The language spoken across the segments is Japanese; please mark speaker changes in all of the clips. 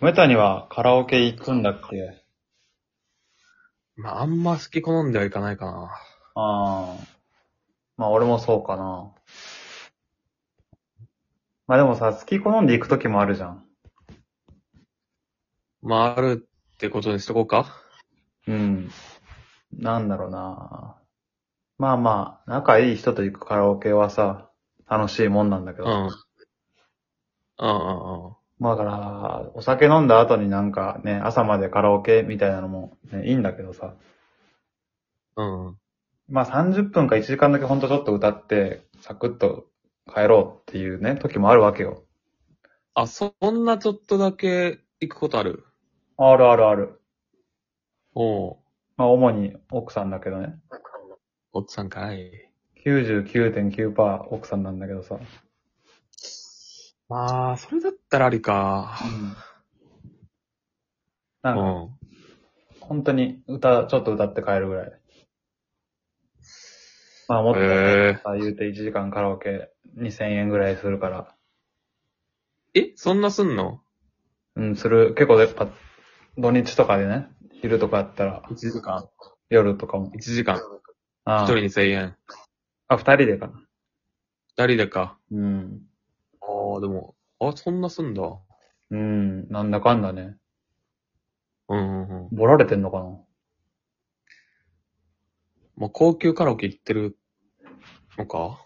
Speaker 1: 米谷はカラオケ行くんだっけ
Speaker 2: まあ、あんま好き好んではいかないかな。
Speaker 1: ああ。まあ俺もそうかな。まあでもさ、好き好んで行くときもあるじゃん。
Speaker 2: まあ、あるってことにしとこうか
Speaker 1: うん。なんだろうな。まあまあ、仲いい人と行くカラオケはさ、楽しいもんなんだけ
Speaker 2: う
Speaker 1: ど。
Speaker 2: ん。うんうんうん。
Speaker 1: まあだから、お酒飲んだ後になんかね、朝までカラオケみたいなのも、ね、いいんだけどさ。
Speaker 2: うん。
Speaker 1: まあ30分か1時間だけほんとちょっと歌って、サクッと帰ろうっていうね、時もあるわけよ。
Speaker 2: あ、そんなちょっとだけ行くことある
Speaker 1: あるあるある。
Speaker 2: おう。
Speaker 1: まあ主に奥さんだけどね。
Speaker 2: おっさんかい。
Speaker 1: 99.9%奥さんなんだけどさ。
Speaker 2: まあ、それだったらありか。
Speaker 1: な
Speaker 2: うん
Speaker 1: か、
Speaker 2: ん。
Speaker 1: 本当に歌、ちょっと歌って帰るぐらい。まあもっと、
Speaker 2: へ
Speaker 1: さ言うて1時間カラオケ2000円ぐらいするから。
Speaker 2: え。え、そんなすんの
Speaker 1: うん、する。結構やっぱ、土日とかでね、昼とかやったら、
Speaker 2: ?1 時間。
Speaker 1: 夜とかも。
Speaker 2: 1時間。
Speaker 1: あ
Speaker 2: 1
Speaker 1: あ
Speaker 2: 人に1000円。
Speaker 1: あ、二人でかな。
Speaker 2: 2人でか。
Speaker 1: うん。
Speaker 2: ああ、でも、あ、そんなすんだ。
Speaker 1: うん、なんだかんだね。
Speaker 2: うんうんうん。
Speaker 1: ボラれてんのかな
Speaker 2: まあ、高級カラオケ行ってるのか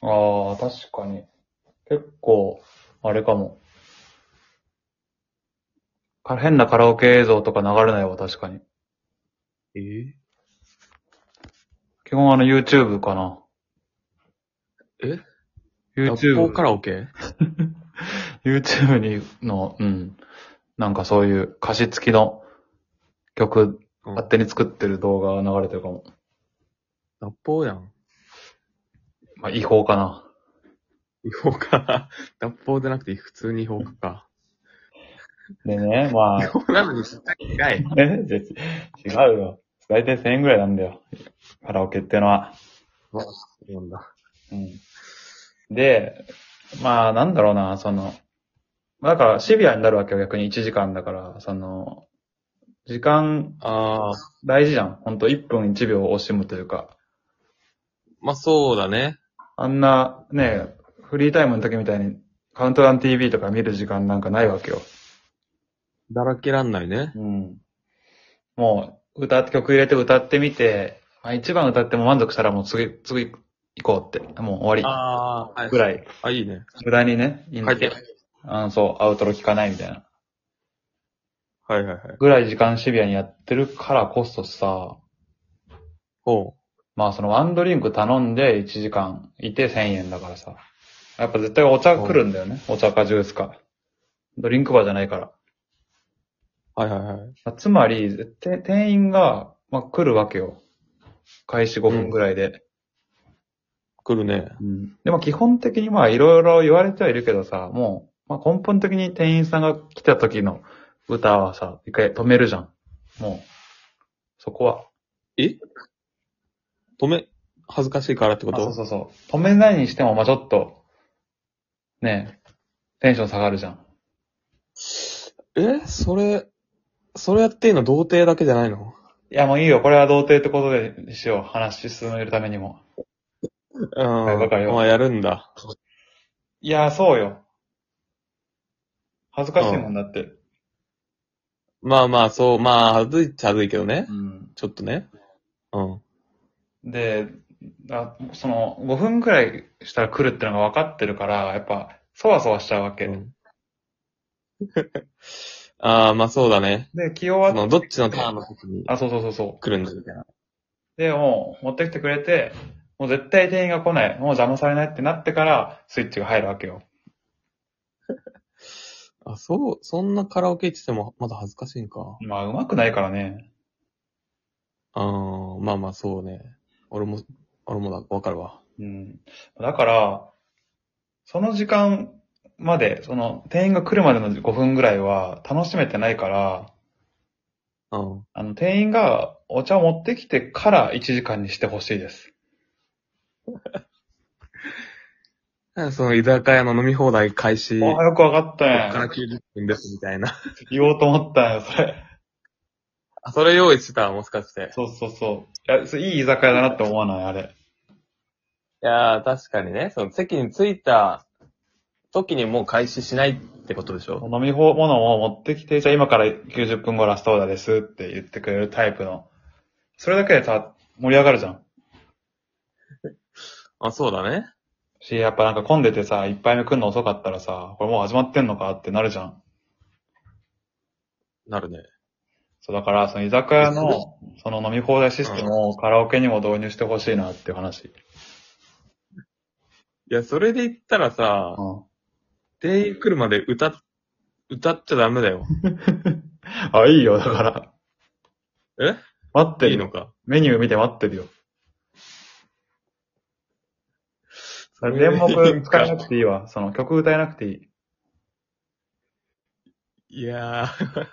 Speaker 1: ああ、確かに。結構、あれかも。か変なカラオケ映像とか流れないわ、確かに。
Speaker 2: ええ
Speaker 1: 基本あの YouTube かな。
Speaker 2: え
Speaker 1: ?YouTube
Speaker 2: 学校カ、ラオケ
Speaker 1: YouTube にの、うん。なんかそういう歌詞付きの曲、
Speaker 2: うん
Speaker 1: 勝手に作ってる動画が流れてるかも。
Speaker 2: 脱法やん。
Speaker 1: まあ、違法かな。
Speaker 2: 違法か。 脱法じゃなくて普通に違法か。
Speaker 1: でね、まあ
Speaker 2: 違。法なのに知ったきかい。
Speaker 1: えじゃ違うよ。大体1000円ぐらいなんだよ。カラオケってのは。
Speaker 2: なんだ。
Speaker 1: うん。で、まあ、なんだろうな、その、まあだからシビアになるわけよ、逆に1時間だから、その、時間
Speaker 2: ああ、
Speaker 1: 大事じゃん。ほんと1分1秒を惜しむというか、
Speaker 2: まあそうだね。
Speaker 1: あんなね、フリータイムの時みたいにカウントダウン TV とか見る時間なんかないわけよ。
Speaker 2: だらけらんないね。
Speaker 1: うん。もう、歌って、曲入れて歌ってみて、まあ一番歌っても満足したらもう次、次行こうって、もう終わ
Speaker 2: ああ、は
Speaker 1: り。
Speaker 2: い。
Speaker 1: ぐらい。
Speaker 2: あ、いいね。
Speaker 1: 無駄にね、いいん
Speaker 2: 回
Speaker 1: だけ
Speaker 2: 転
Speaker 1: ど。。あの、そう、アウトロ聞かないみたいな。
Speaker 2: はいはいはい。
Speaker 1: ぐらい時間シビアにやってるからこそさ、
Speaker 2: ほ
Speaker 1: まあそのワンドリンク頼んで1時間いて1000円だからさ。やっぱ絶対お茶来るんだよね。お茶かジュースか。ドリンクバーじゃないから。
Speaker 2: う。はいはいはい。
Speaker 1: まあつまり、絶対店員が、まあ、来るわけよ。開始5分ぐらいで。
Speaker 2: 来るね。
Speaker 1: うんでも基本的にまあいろいろ言われてはいるけどさ、もう、まあ、根本的に店員さんが来た時の歌はさ、一回止めるじゃん。もう、そこは。
Speaker 2: 止め、恥ずかしいからってこ
Speaker 1: あ
Speaker 2: と
Speaker 1: そうそうそう。止めないにしても、まあちょっと、ねえ、テンション下がるじゃん。
Speaker 2: えそれ、それやっていいの童貞だけじゃない の
Speaker 1: いやもういいよ、これは童貞ってことでしよう。話進めるためにも。
Speaker 2: うん。
Speaker 1: わかるよ
Speaker 2: まあやるんだ。
Speaker 1: いや、そうよ。恥ずかしいもんだって。
Speaker 2: まあまあ、そう、まあ、恥ずいっちゃ恥ずいけどね。
Speaker 1: うん。
Speaker 2: ちょっとね。うん。
Speaker 1: で、あその、5分くらいしたら来るってのが分かってるから、やっぱ、そわそわしちゃうわけ。
Speaker 2: うん、 ああ、まあそうだね。
Speaker 1: で、気
Speaker 2: そ
Speaker 1: 弱
Speaker 2: の、どっちのターンの時に
Speaker 1: あ、そうそうそうそう。
Speaker 2: 来るんだみたいな。
Speaker 1: で、もう、持ってきてくれて、もう絶対店員が来ない。もう邪魔されないってなってから、スイッチが入るわけよ。
Speaker 2: あ、そう、そんなカラオケ行っててもまだ恥ずかしいんか。
Speaker 1: まあ、うまくないからね。
Speaker 2: あー、まあまあそうね。俺も、俺もだ、わかるわ。
Speaker 1: うん。だから、その時間まで、その、店員が来るまでの5分ぐらいは楽しめてないから、
Speaker 2: うん。
Speaker 1: あの、店員がお茶を持ってきてから1時間にしてほしいです。
Speaker 2: なんかその居酒屋の飲み放題開始、
Speaker 1: あ
Speaker 2: こ
Speaker 1: あ、よくわかった
Speaker 2: っ
Speaker 1: や
Speaker 2: から
Speaker 1: ん。
Speaker 2: 90分ですみたいな。
Speaker 1: 言おうと思ったんよ、それ。
Speaker 2: あ、それ用意してたもしかして。
Speaker 1: そうそうそう。いや、それいい居酒屋だなって思わない、あれ。
Speaker 2: いやー、確かにね、その席に着いた時にもう開始しないってことでしょ
Speaker 1: 飲み物を持ってきて、じゃあ今から90分後ラストオーダーですって言ってくれるタイプの。それだけでさ、盛り上がるじゃん。
Speaker 2: あ、そうだね。
Speaker 1: し、やっぱなんか混んでてさ、一杯目来るの遅かったらさ、これもう始まってんのかってなるじゃん。
Speaker 2: なるね。
Speaker 1: そう、だから、その居酒屋の、その飲み放題システムをカラオケにも導入してほしいなっていう話。
Speaker 2: いや、それで言ったらさ、
Speaker 1: うん。
Speaker 2: 店員来るまで歌っ、歌っちゃダメだよ。
Speaker 1: あ、いいよ、だから。
Speaker 2: え
Speaker 1: 待ってる
Speaker 2: いいのか。
Speaker 1: メニュー見て待ってるよ。
Speaker 2: それ
Speaker 1: 全目使えなくていいわ。その曲歌えなくていい。
Speaker 2: いやー。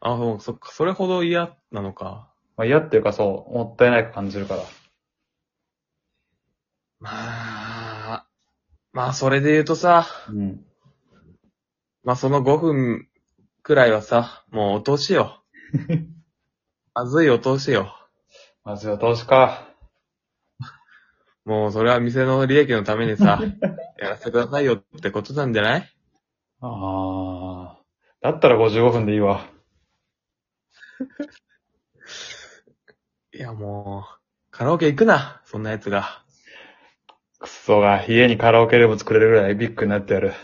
Speaker 2: あ、もうそっか、それほど嫌なのか。
Speaker 1: まあ嫌っていうかそう、もったいないく感じるから。
Speaker 2: まあ、まあ、それで言うとさ、
Speaker 1: うん。
Speaker 2: まあ、その5分くらいはさ、もうお通しよ。まずいお通しよ。
Speaker 1: まずは投資か。
Speaker 2: もう、それは店の利益のためにさ、やらせてくださいよってことなんじゃない
Speaker 1: ああ。だったら55分でいいわ。
Speaker 2: いや、もう、カラオケ行くな、そんな奴が。
Speaker 1: くっそが、家にカラオケルーム作れるぐらいビッグになってやる。